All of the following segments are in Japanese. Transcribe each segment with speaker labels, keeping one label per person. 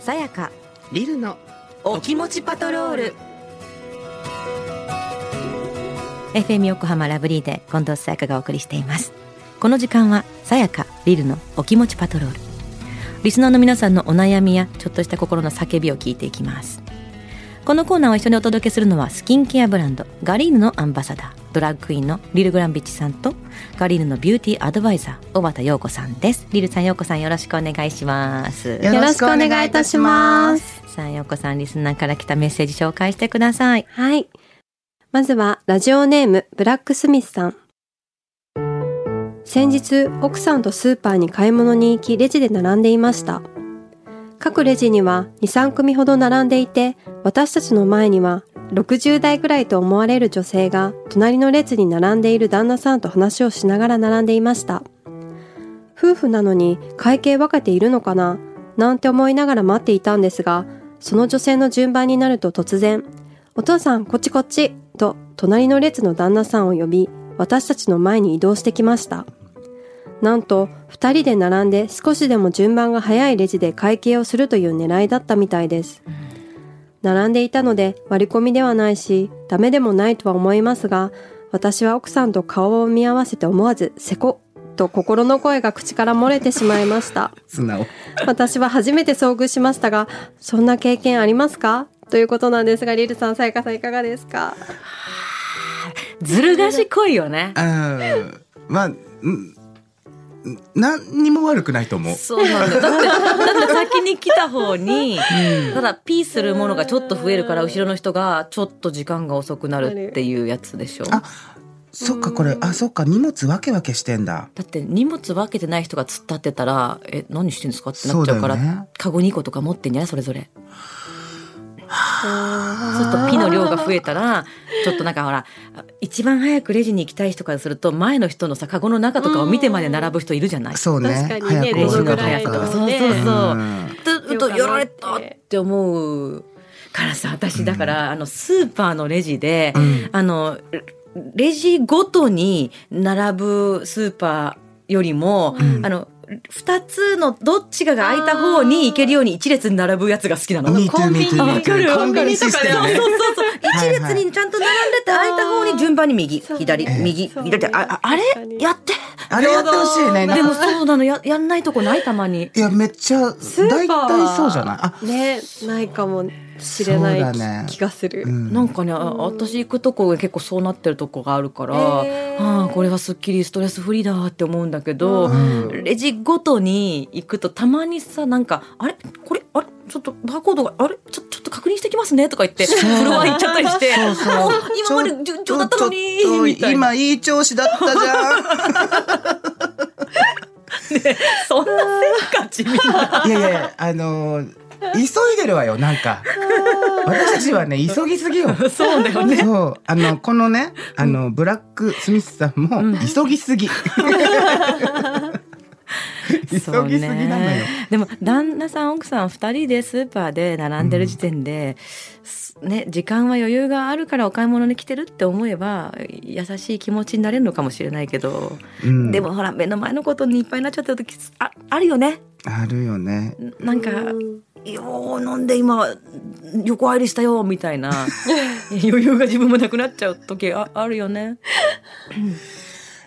Speaker 1: さやか
Speaker 2: リルの
Speaker 1: お気持ちパトロール FM 横浜ラブリーで近藤さやかがお送りしていますこの時間はさやかリルのお気持ちパトロールリスナーの皆さんのお悩みやちょっとした心の叫びを聞いていきますこのコーナーを一緒にお届けするのはスキンケアブランドガリーヌのアンバサダードラッグクイーンのリル・グランビッチさんとガリーヌのビューティーアドバイザー小畑陽子さんですリルさん陽子さんよろしくお願いします
Speaker 2: よろしくお願いいたします。
Speaker 1: さあ陽子さんリスナーから来たメッセージ紹介してください
Speaker 3: はい。まずはラジオネームブラックスミスさん。先日奥さんとスーパーに買い物に行きレジで並んでいました。各レジには2、3組ほど並んでいて、私たちの前には60代くらいと思われる女性が隣の列に並んでいる旦那さんと話をしながら並んでいました。夫婦なのに会計分けているのかななんて思いながら待っていたんですが、その女性の順番になると突然、お父さん、こっちこっちと、隣の列の旦那さんを呼び、私たちの前に移動してきました。なんと、二人で並んで少しでも順番が早いレジで会計をするという狙いだったみたいです。並んでいたので割り込みではないし、ダメでもないとは思いますが、私は奥さんと顔を見合わせて思わず、せこと心の声が口から漏れてしまいました。
Speaker 2: 素直
Speaker 3: 私は初めて遭遇しましたが、そんな経験ありますかということなんですが、リルさん、さやかさんいかがですか
Speaker 1: ずる賢いよね
Speaker 2: うんまあうん何にも悪くないと思う
Speaker 1: そうなんだよだってだって先に来た方にただピーするものがちょっと増えるから後ろの人がちょっと時間が遅くなるっていうやつでしょ
Speaker 2: あそっかこれあそっか荷物わけわけしてんだ
Speaker 1: だって荷物分けてない人が突っ立ってたら「え何してんですか?」ってなっちゃうから
Speaker 2: そうだよね
Speaker 1: カゴ2個とか持ってんじゃないそれぞれ。そうするとピの量が増えたらちょっとなんかほら一番早くレジに行きたい人からすると前の人のさカゴの中とかを見てまで並ぶ人いるじゃない
Speaker 2: そうね
Speaker 3: 確かにね
Speaker 2: 早く
Speaker 1: レ
Speaker 2: 終
Speaker 1: ジ
Speaker 2: わる
Speaker 1: の
Speaker 2: か
Speaker 1: 早いと
Speaker 2: ど
Speaker 1: か
Speaker 2: う
Speaker 1: そ
Speaker 2: か
Speaker 1: うそうそう。
Speaker 2: ん
Speaker 1: ととやられたって思うからさ私だから、あのスーパーのレジで、
Speaker 2: うん
Speaker 1: あのレレジごとに並ぶスーパーよりも、
Speaker 2: ん
Speaker 1: あの2つのどっちかが空いた方に行けるように1列に並ぶやつが好きなの。
Speaker 2: Me
Speaker 3: コ
Speaker 2: too,
Speaker 3: ンビ
Speaker 2: me
Speaker 3: ニ
Speaker 2: too,
Speaker 1: わ
Speaker 2: me
Speaker 1: かる
Speaker 2: too. コンビニシステム
Speaker 1: そ
Speaker 2: ね
Speaker 1: うそうそう
Speaker 2: はいはい
Speaker 1: 1列にちゃんと並んでて空いた方に順番に右
Speaker 3: そう
Speaker 1: 左
Speaker 3: え
Speaker 2: え
Speaker 1: 右
Speaker 3: そう
Speaker 1: 左ってあああれ
Speaker 3: 確かに
Speaker 1: やって
Speaker 2: あれやってほしいね
Speaker 1: でもそうなのややんないとこないたまに
Speaker 2: いやめっちゃ
Speaker 3: スーパ
Speaker 2: 大
Speaker 3: ー
Speaker 2: 体そうじゃないあ
Speaker 3: ね、ないかもしれない
Speaker 2: そう
Speaker 3: き、
Speaker 2: だね
Speaker 3: 気がする。
Speaker 2: うん
Speaker 1: なんかね、あ私行くとこが結構そうなってるとこがあるから、
Speaker 3: へー
Speaker 1: ああこれはすっきりストレスフリーだって思うんだけど、
Speaker 2: うん
Speaker 1: レジごとに行くとたまにさなんか「あれこれあれちょっとバーコードがあれちょちょっと確認してきますね」とか言って
Speaker 2: そう
Speaker 1: フロア行っちゃったりして
Speaker 2: そうそう
Speaker 1: お今まで順調だったのに
Speaker 2: ちょっと
Speaker 1: みたいな
Speaker 2: 今いい調子だったじゃ
Speaker 1: そんなせっかちみんなん
Speaker 2: いやいやいやあのー急いでるわよなん か私たちはね急ぎすぎよ
Speaker 1: そうだよね
Speaker 2: そうあのこのねあのブラックスミスさんも急ぎす ぎ急ぎすぎ
Speaker 1: そうね
Speaker 2: なのよ
Speaker 1: でも旦那さん奥さん2人でスーパーで並んでる時点で、すね、時間は余裕があるからお買い物に来てるって思えば優しい気持ちになれるのかもしれないけど、
Speaker 2: うん
Speaker 1: でもほら目の前のことにいっぱいになっちゃった時ああるよね
Speaker 2: あるよね
Speaker 1: なんか「よう飲んで今横入りしたよ」みたいな余裕が自分もなくなっちゃう時ああるよね。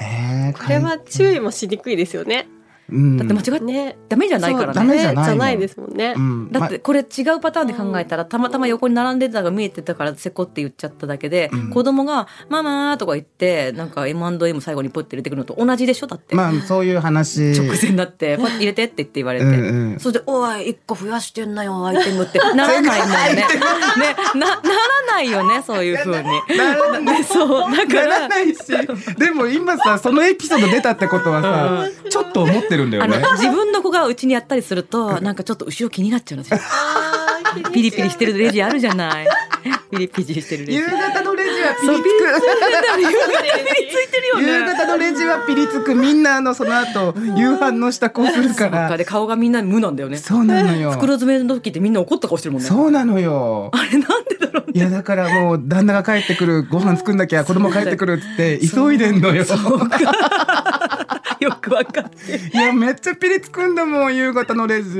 Speaker 2: えー、こ
Speaker 3: これは注意もしにくいですよね。
Speaker 2: うん
Speaker 1: だって間違って
Speaker 3: ね。
Speaker 1: ダメじゃないからね。
Speaker 2: ダメじゃないの
Speaker 3: じゃないですもんね
Speaker 2: う。ん
Speaker 1: だってこれ違うパターンで考えたらたまたま横に並んでたのが見えてたからせこって言っちゃっただけで、
Speaker 2: うん
Speaker 1: 子供が「ママ」とか言ってなんか M&M 最後にポッて入れてくるのと同じでしょだって、
Speaker 2: まあ、まあそういう話
Speaker 1: 直前になって「パッて入れて」って言って言われて。
Speaker 2: うんうん
Speaker 1: それで、おい、一個増やしてんなよ、アイテムって。ならないもんね。ね、な、ならないよね、そういうふうに。
Speaker 2: ならない
Speaker 1: ねそう、だか
Speaker 2: な
Speaker 1: ら
Speaker 2: ら、ないし でも今さそのエピソード出たってことはさ、ちょっと思ってるんだよ
Speaker 1: あの
Speaker 2: ね、
Speaker 1: 自分の子がうちにやったりすると、なんかちょっと後ろ気になっちゃ うんですよ。ピリピリしてるレジあるじゃ ない。ピリピリしてるレジ。
Speaker 2: 夕方のレジはピ
Speaker 1: そう
Speaker 2: リ
Speaker 1: ピ
Speaker 2: つ
Speaker 1: リ
Speaker 2: く
Speaker 1: ついてるよね。
Speaker 2: 夕方のレジはピリつくみんなあのその後夕飯の支度をするか
Speaker 1: なんからで顔がみんな無なんだよね。
Speaker 2: そうなのよ
Speaker 1: 袋詰めの時ってみんな怒った顔してるもんね。
Speaker 2: そうなのよ
Speaker 1: あれなんでだろうね。
Speaker 2: いやだからもう旦那が帰ってくるご飯作んなきゃ子供帰ってくるっつって急いでんのよ
Speaker 1: よくわかんない
Speaker 2: いやめっちゃピリつくんだもん夕方のレジ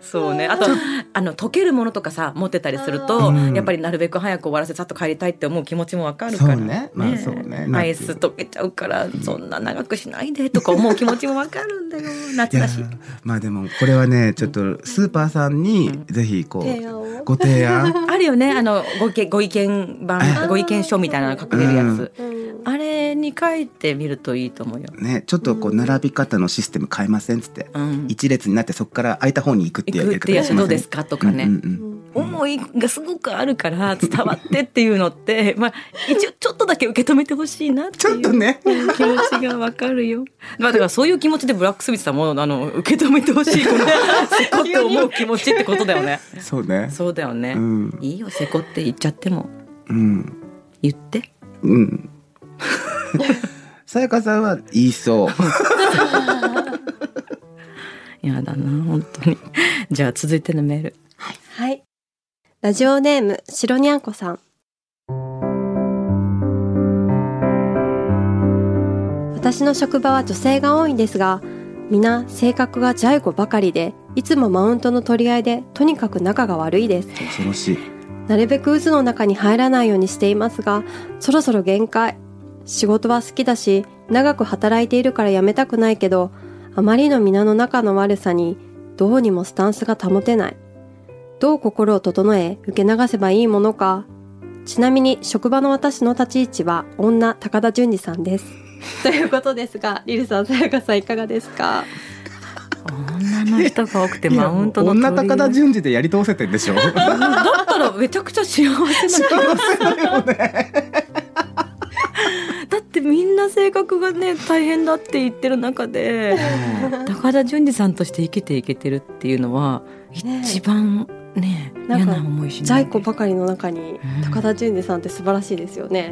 Speaker 1: そうねあとあの溶けるものとかさ持ってたりすると、
Speaker 2: うん
Speaker 1: やっぱりなるべく早く終わらせさっと帰りたいって思う気持ちもわかるか
Speaker 2: そ
Speaker 1: ら
Speaker 2: うねまあそうね
Speaker 1: アイス溶けちゃうからそんな長くしないでとか思う気持ちもわかるんだよ
Speaker 2: い
Speaker 1: 夏
Speaker 2: や
Speaker 1: だし
Speaker 2: まあでもこれはねちょっとスーパーさんにぜひこ
Speaker 3: 提案を
Speaker 2: うご提案
Speaker 1: あるよねあのご意見ご意見版ご意見書みたいなの書かれるやつ、
Speaker 3: うん
Speaker 1: あれに書いてみるといいと思うよ、
Speaker 2: ねちょっとこう並び方のシステム変えませんっつって
Speaker 1: うん、
Speaker 2: 一列になってそこから空いた方に行くって
Speaker 1: 行
Speaker 2: や
Speaker 1: く
Speaker 2: り
Speaker 1: って
Speaker 2: 方
Speaker 1: や
Speaker 2: し
Speaker 1: つど
Speaker 2: ませ
Speaker 1: うんですかとかね、
Speaker 2: うんうんうん
Speaker 1: 思いがすごくあるから伝わってっていうのって、 まあ、一応ちょっとだけ受け止めてほしいなっていう
Speaker 2: ちょっとね
Speaker 1: うん気持ちがわかるよ。まあだからそういう気持ちでブラックスミスさんもあの受け止めてほし いこのせこって思う気持ちってことだよね。
Speaker 2: そうね
Speaker 1: そうだよね。
Speaker 2: うん
Speaker 1: いいよせこって言っちゃっても
Speaker 2: うん
Speaker 1: 言って。
Speaker 2: うんさやかさんは言いそう
Speaker 1: やだな本当に。じゃあ続いてのメール。
Speaker 3: はい。ラジオネーム、しろにゃんこさん。私の職場は女性が多いんですが、皆性格がジャイ子ばかりで、いつもマウントの取り合いで、とにかく仲が悪いです。
Speaker 2: 恐ろしい
Speaker 3: なるべく渦の中に入らないようにしていますが、そろそろ限界。仕事は好きだし、長く働いているから辞めたくないけど、あまりの皆の仲の悪さに、どうにもスタンスが保てない。どう心を整え、受け流せばいいものか。ちなみに、職場の私の立ち位置は、女高田純二さん です。ということですが、リルさん、さやかさん、いかがですか
Speaker 1: 女の人が多くて
Speaker 2: いや
Speaker 1: マウントの取り合
Speaker 2: 女
Speaker 1: い
Speaker 2: 高田順次でやり通せてんで しょ
Speaker 1: だったらめちゃくちゃ幸せな気がするよね。 だってみんな性格がね大変だって言ってる中で高田純次さんとして生きていけてるっていうのは
Speaker 3: ねえ
Speaker 1: 一番ね
Speaker 3: なんか
Speaker 1: 嫌な思いし
Speaker 3: ジ
Speaker 1: な
Speaker 3: ャ
Speaker 1: い
Speaker 3: イ子ばかりの中に、高田純二さんって素晴らしいですよね。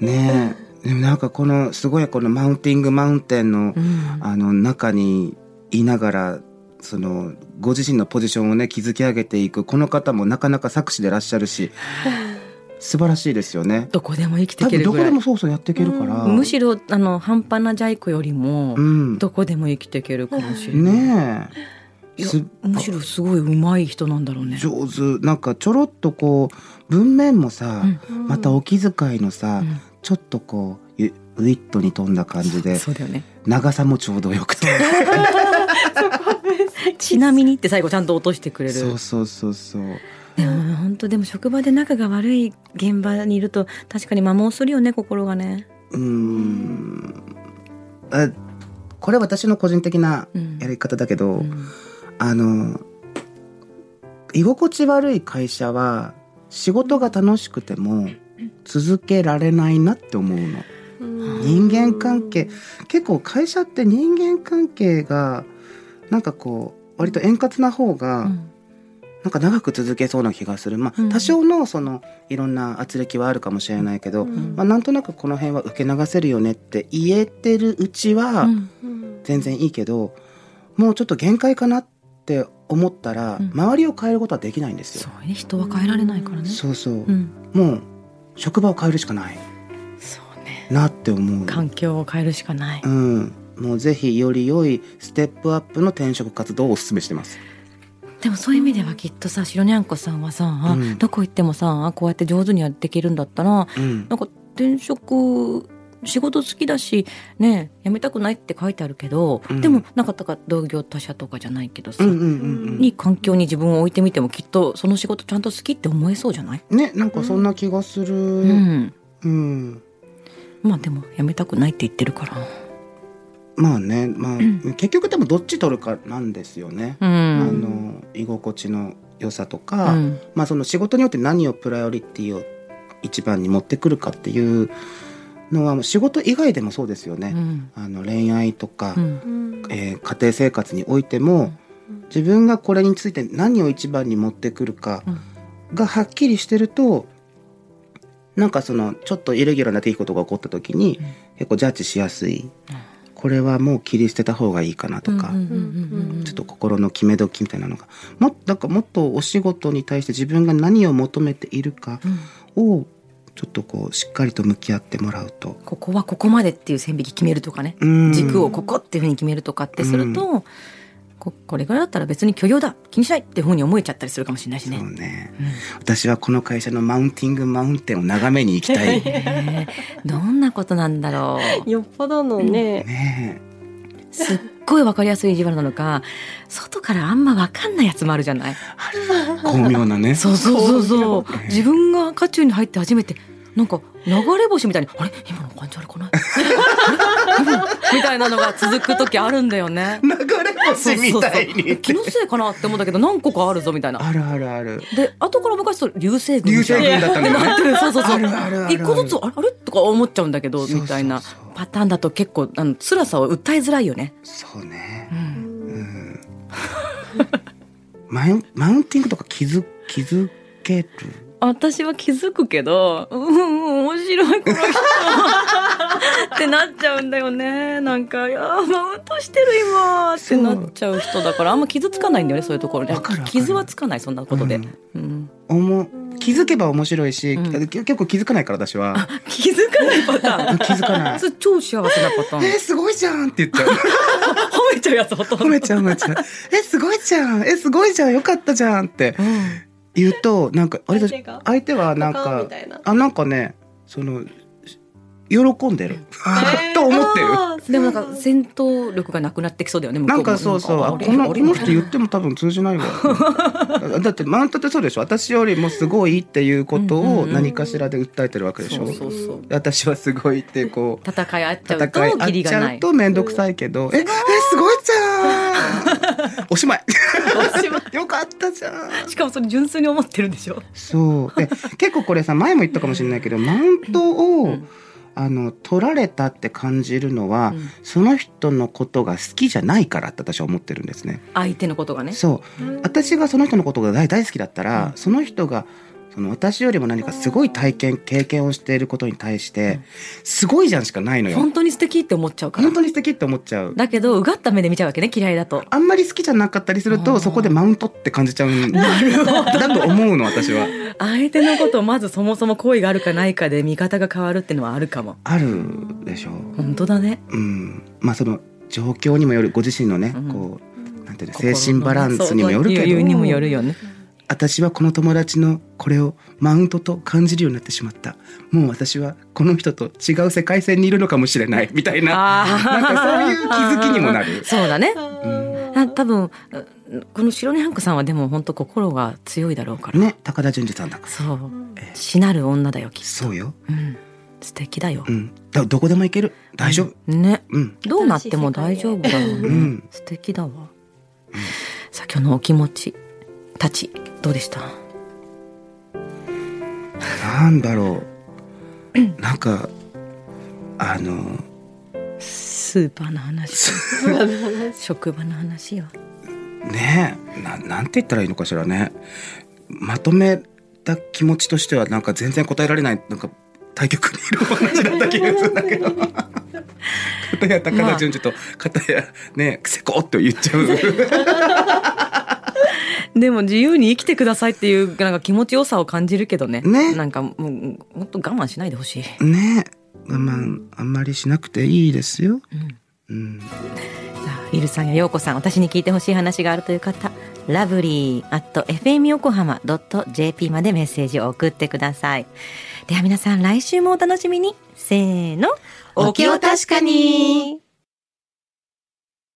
Speaker 2: ねえでもなんかこのすごいこのマウンティングマウンテンの
Speaker 1: うんうん
Speaker 2: あの中にいながらそのご自身のポジションをね築き上げていくこの方もなかなか作詞でいらっしゃ るし素晴らしいですよね
Speaker 1: どこでも生きてい
Speaker 2: 多
Speaker 1: け
Speaker 2: 分
Speaker 1: る
Speaker 2: ど
Speaker 1: ぐ
Speaker 2: こ
Speaker 1: らい
Speaker 2: でもそうそうやっていけるから、
Speaker 1: むしろあの半端なジャイ子よりも、
Speaker 2: うん
Speaker 1: どこでも生きていけるかもしれない、
Speaker 2: ね
Speaker 1: い
Speaker 2: え
Speaker 1: や
Speaker 2: す
Speaker 1: むしろすごい上手い人なんだろうね。
Speaker 2: 上手なんかちょろっとこう文面もさ、
Speaker 3: うん
Speaker 2: またお気遣いのさ、
Speaker 1: うん
Speaker 2: ちょっとこうゆウィットに富んだ感じで
Speaker 1: そうだよね
Speaker 2: 長さもちょうどよくて
Speaker 1: ちなみにって最後ちゃんと落としてくれる
Speaker 2: そうそうそうそう
Speaker 1: でも本当でも職場で仲が悪い現場にいると確かに摩耗するよね心がね。
Speaker 2: うーんあこれ私の個人的な
Speaker 1: うん
Speaker 2: やり方だけど、
Speaker 1: うん
Speaker 2: あの居心地悪い会社は仕事が楽しくても続けられないなって思うの人間関係結構会社って人間関係がなんかこう割と円滑な方が、
Speaker 1: うん
Speaker 2: なんか長く続けそうな気がするまあ
Speaker 1: うん
Speaker 2: 多少のそのいろんな圧力はあるかもしれないけど、
Speaker 3: うん
Speaker 2: まあ、なんとなくこの辺は受け流せるよねって言えてるうちは
Speaker 1: うん
Speaker 3: うん
Speaker 2: 全然いいけど、もうちょっと限界かなって思ったら、
Speaker 1: うん
Speaker 2: 周りを変えることはできないんです
Speaker 1: そ
Speaker 2: よ。
Speaker 1: うね人は変えられないからね。
Speaker 2: そうそう、
Speaker 1: うん、
Speaker 2: もう職場を変えるしかない
Speaker 1: そうね
Speaker 2: なって思う。
Speaker 1: 環境を変えるしかない。
Speaker 2: うん、もうぜひより良いステップアップの転職活動をお勧めしてます。
Speaker 1: でもそういう意味ではきっとさ白にゃんこさんはさ、
Speaker 2: うん
Speaker 1: どこ行ってもさこうやって上手にやっていけるんだったら
Speaker 2: うん、
Speaker 1: なんか転職仕事好きだしね辞めたくないって書いてあるけど、
Speaker 2: うん
Speaker 1: でもなんかだから同業他社とかじゃないけどさ、
Speaker 2: うんうんうん
Speaker 1: いい環境に自分を置いてみてもきっとその仕事ちゃんと好きって思えそうじゃない、
Speaker 2: うん。ね、なんかそんな気がする。
Speaker 1: う
Speaker 2: うん。
Speaker 1: ん、まあでも辞めたくないって言ってるから
Speaker 2: まあね、まあ、結局でもどっち取るかなんですよね。
Speaker 1: うん
Speaker 2: あ
Speaker 1: うん
Speaker 2: の居心地の良さと
Speaker 1: う
Speaker 2: か、
Speaker 1: ん
Speaker 2: まあその仕事によって何をプライオリティを一番に持ってくるかっていうのはもう仕事以外でもそうですよ
Speaker 1: う
Speaker 2: ね。
Speaker 1: ん
Speaker 2: あの恋愛とか、
Speaker 1: うん
Speaker 3: うん
Speaker 2: えー家庭生活においても
Speaker 3: うん
Speaker 2: 自分がこれについて何を一番に持ってくるか
Speaker 1: うん
Speaker 2: がはっきりしてるとなんかそのちょっとイレギュラーな出来事が起こった時に
Speaker 1: うん
Speaker 2: 結構ジャッジしやすいこれはもう切り捨てた方がいいかなとか、
Speaker 1: うんうんうんうん
Speaker 2: ちょっと心の決め時みたいなのがもっとなんかもっとお仕事に対して自分が何を求めているか
Speaker 1: うん
Speaker 2: をちょっとこうしっかりと向き合ってもらうと
Speaker 1: ここはここまでっていう線引き決めるとかね、
Speaker 2: うん
Speaker 1: 軸をここっていうふうに決めるとかってすると、ここれぐらいだったら別に許容だ気にしないっていうふうに思えちゃったりするかもしれないしね
Speaker 2: そ。うね、私はこの会社のマウンティングマウンテンを眺めに行きたいね
Speaker 1: ねえどんなことなんだろう
Speaker 3: よっぽどのね、
Speaker 2: え
Speaker 1: すっごいわかりやすい意地悪なのか外からあんまわかんないやつもあるじゃない
Speaker 2: 巧妙なね
Speaker 1: そうそうそうそう自分が渦中に入って初めてなんか流れ星みたいに「あれ今の感じあれかな?あれ」今の みたいなのが続く時あるんだよね。
Speaker 2: 流れ星みたいに
Speaker 1: そうそうそう気のせいかなって思うんだけど何個かあるぞみたいな
Speaker 2: あるあるある
Speaker 1: で後から昔と流星群
Speaker 2: 流
Speaker 1: みた
Speaker 2: 星
Speaker 1: いな
Speaker 2: 群だったのね
Speaker 1: なってる そうそうそう
Speaker 2: あるあるある
Speaker 1: 一個ずつあれあれとか思っちゃうんだけどみたいな
Speaker 2: そうそうそう
Speaker 1: パターンだと結構あの辛さを訴えづらいよね、
Speaker 2: そう
Speaker 1: う
Speaker 2: ね、
Speaker 1: ん、
Speaker 2: うん、マウンマウンティングとか気づ気づける
Speaker 1: 私は気づくけどうんうん面白いこの人ってなっちゃうんだよねなんかいやーマウントしてる今ってなっちゃう人だからあんま傷つかないんだよねそういうところね
Speaker 2: わかるわかる
Speaker 1: 傷はつかないそんなことで、
Speaker 2: う
Speaker 1: うんん
Speaker 2: おも気づけば面白いし、
Speaker 1: う
Speaker 2: け結構気づかないから私は
Speaker 1: 気づかないパターン
Speaker 2: 気づかない
Speaker 1: それ超幸せなパターン
Speaker 2: えーすごいじゃんって言っちゃう
Speaker 1: 褒めちゃうやつほとんど
Speaker 2: 褒めちゃう褒めちゃうえすごいじゃんえすごいじゃんよかったじゃんって
Speaker 1: うん
Speaker 2: 言うとなんかあれだ
Speaker 3: 相手が
Speaker 2: 相手はなん
Speaker 3: パカーン
Speaker 2: か
Speaker 3: みたいな
Speaker 2: あなんかねその喜んでる、
Speaker 3: え ー
Speaker 2: と思ってる
Speaker 3: あー
Speaker 1: でもなんか戦闘力がなくなってきそうだよね向こ
Speaker 2: な
Speaker 1: うんも
Speaker 2: かそうそう
Speaker 1: な
Speaker 2: あ
Speaker 1: んか
Speaker 2: この
Speaker 1: あ
Speaker 2: こ
Speaker 1: れ
Speaker 2: の人言っても多分通 じないわだだってマウントってそうでしょ私よりもすごいっていうこと
Speaker 1: うんうん
Speaker 2: を
Speaker 1: うん
Speaker 2: 何かしらで訴えてるわけでしょ、
Speaker 1: そうそうそう
Speaker 2: 私はすごいってこう
Speaker 1: 戦い合っちゃ
Speaker 2: 戦
Speaker 1: うとキ
Speaker 2: い
Speaker 1: リ
Speaker 2: 合っち
Speaker 1: が
Speaker 2: ゃ
Speaker 1: な
Speaker 2: う
Speaker 1: い
Speaker 2: と面倒くさいけど、ええすごいじゃん おしまい よかったじゃん
Speaker 1: しかもそれ純粋に思ってるんでしょ
Speaker 2: そうで結構これさ前も言ったかもしれないけどマウントを、
Speaker 1: うん
Speaker 2: あの取られたって感じるのは、
Speaker 1: うん
Speaker 2: その人のことが好きじゃないからって私は思ってるんですね。
Speaker 1: 相手のことがね
Speaker 2: そう
Speaker 3: うん
Speaker 2: 私がその人のことが大大好きだったら、
Speaker 1: うん
Speaker 2: その人がその私よりも何かすごい体験経験をしていることに対して、
Speaker 1: うん
Speaker 2: すごいじゃんしかないのよ
Speaker 1: 本当に素敵って思っちゃうから
Speaker 2: 本当に素敵って思っちゃう
Speaker 1: だけどうがった目で見ちゃうわけね嫌いだと
Speaker 2: あんまり好きじゃなかったりする
Speaker 1: あ
Speaker 2: と
Speaker 1: ー
Speaker 2: そこでマウントって感じちゃうんだと思うの私は
Speaker 1: 相手のことをまずそもそも好意があるかないかで見方が変わるってのはあるかも
Speaker 2: あるでしょ
Speaker 1: 本当だね
Speaker 2: うん、まあその状況にもよるご自身のね、
Speaker 1: うん
Speaker 2: こうなんていうの精神バランスにもよる
Speaker 1: 心のねそうそう
Speaker 2: けど、
Speaker 1: 余裕にもよるよね
Speaker 2: 私はこの友達のこれをマウントと感じるようになってしまったもう私はこの人と違う世界線にいるのかもしれないみたいな
Speaker 1: あ
Speaker 2: なんかそういう気づきにもな る
Speaker 1: そうだね
Speaker 3: あー
Speaker 1: あ多分うんこの白根ハンクさんはでも本当心が強いだろうから、
Speaker 2: ね高田純次さんだから
Speaker 1: そう
Speaker 2: え
Speaker 1: しなる女だよきっ
Speaker 2: そうよ、
Speaker 1: と、うん、素敵だよ
Speaker 2: う、ん、だどこでも行ける大丈夫
Speaker 1: ね
Speaker 2: うん
Speaker 1: どうなっても大丈夫だよ
Speaker 2: う
Speaker 1: ね
Speaker 2: ん
Speaker 1: 素敵だわ、さあ今日のお気持ちたちどうでした
Speaker 2: なんだろうなんかあの
Speaker 1: スーパーの話職場の話よ
Speaker 2: ねえななんて言ったらいいのかしらねまとめた気持ちとしてはなんか全然答えられないなんか対局にいるお話だった気がするんだけど片や高田純次と片やねせこっと言っちゃう
Speaker 1: でも自由に生きてくださいっていうなんか気持ちよさを感じるけどね
Speaker 2: ね
Speaker 1: なんかもう本当我慢しないでほしい、
Speaker 2: ねえ我慢あんまりしなくていいですよ、
Speaker 1: うん
Speaker 2: うん、
Speaker 1: さあリルさんやヨーコさん私に聞いてほしい話があるという方ラブリー at fm 横浜 .jp までメッセージを送ってくださいでは皆さん来週もお楽しみにせーの
Speaker 3: お気を確かに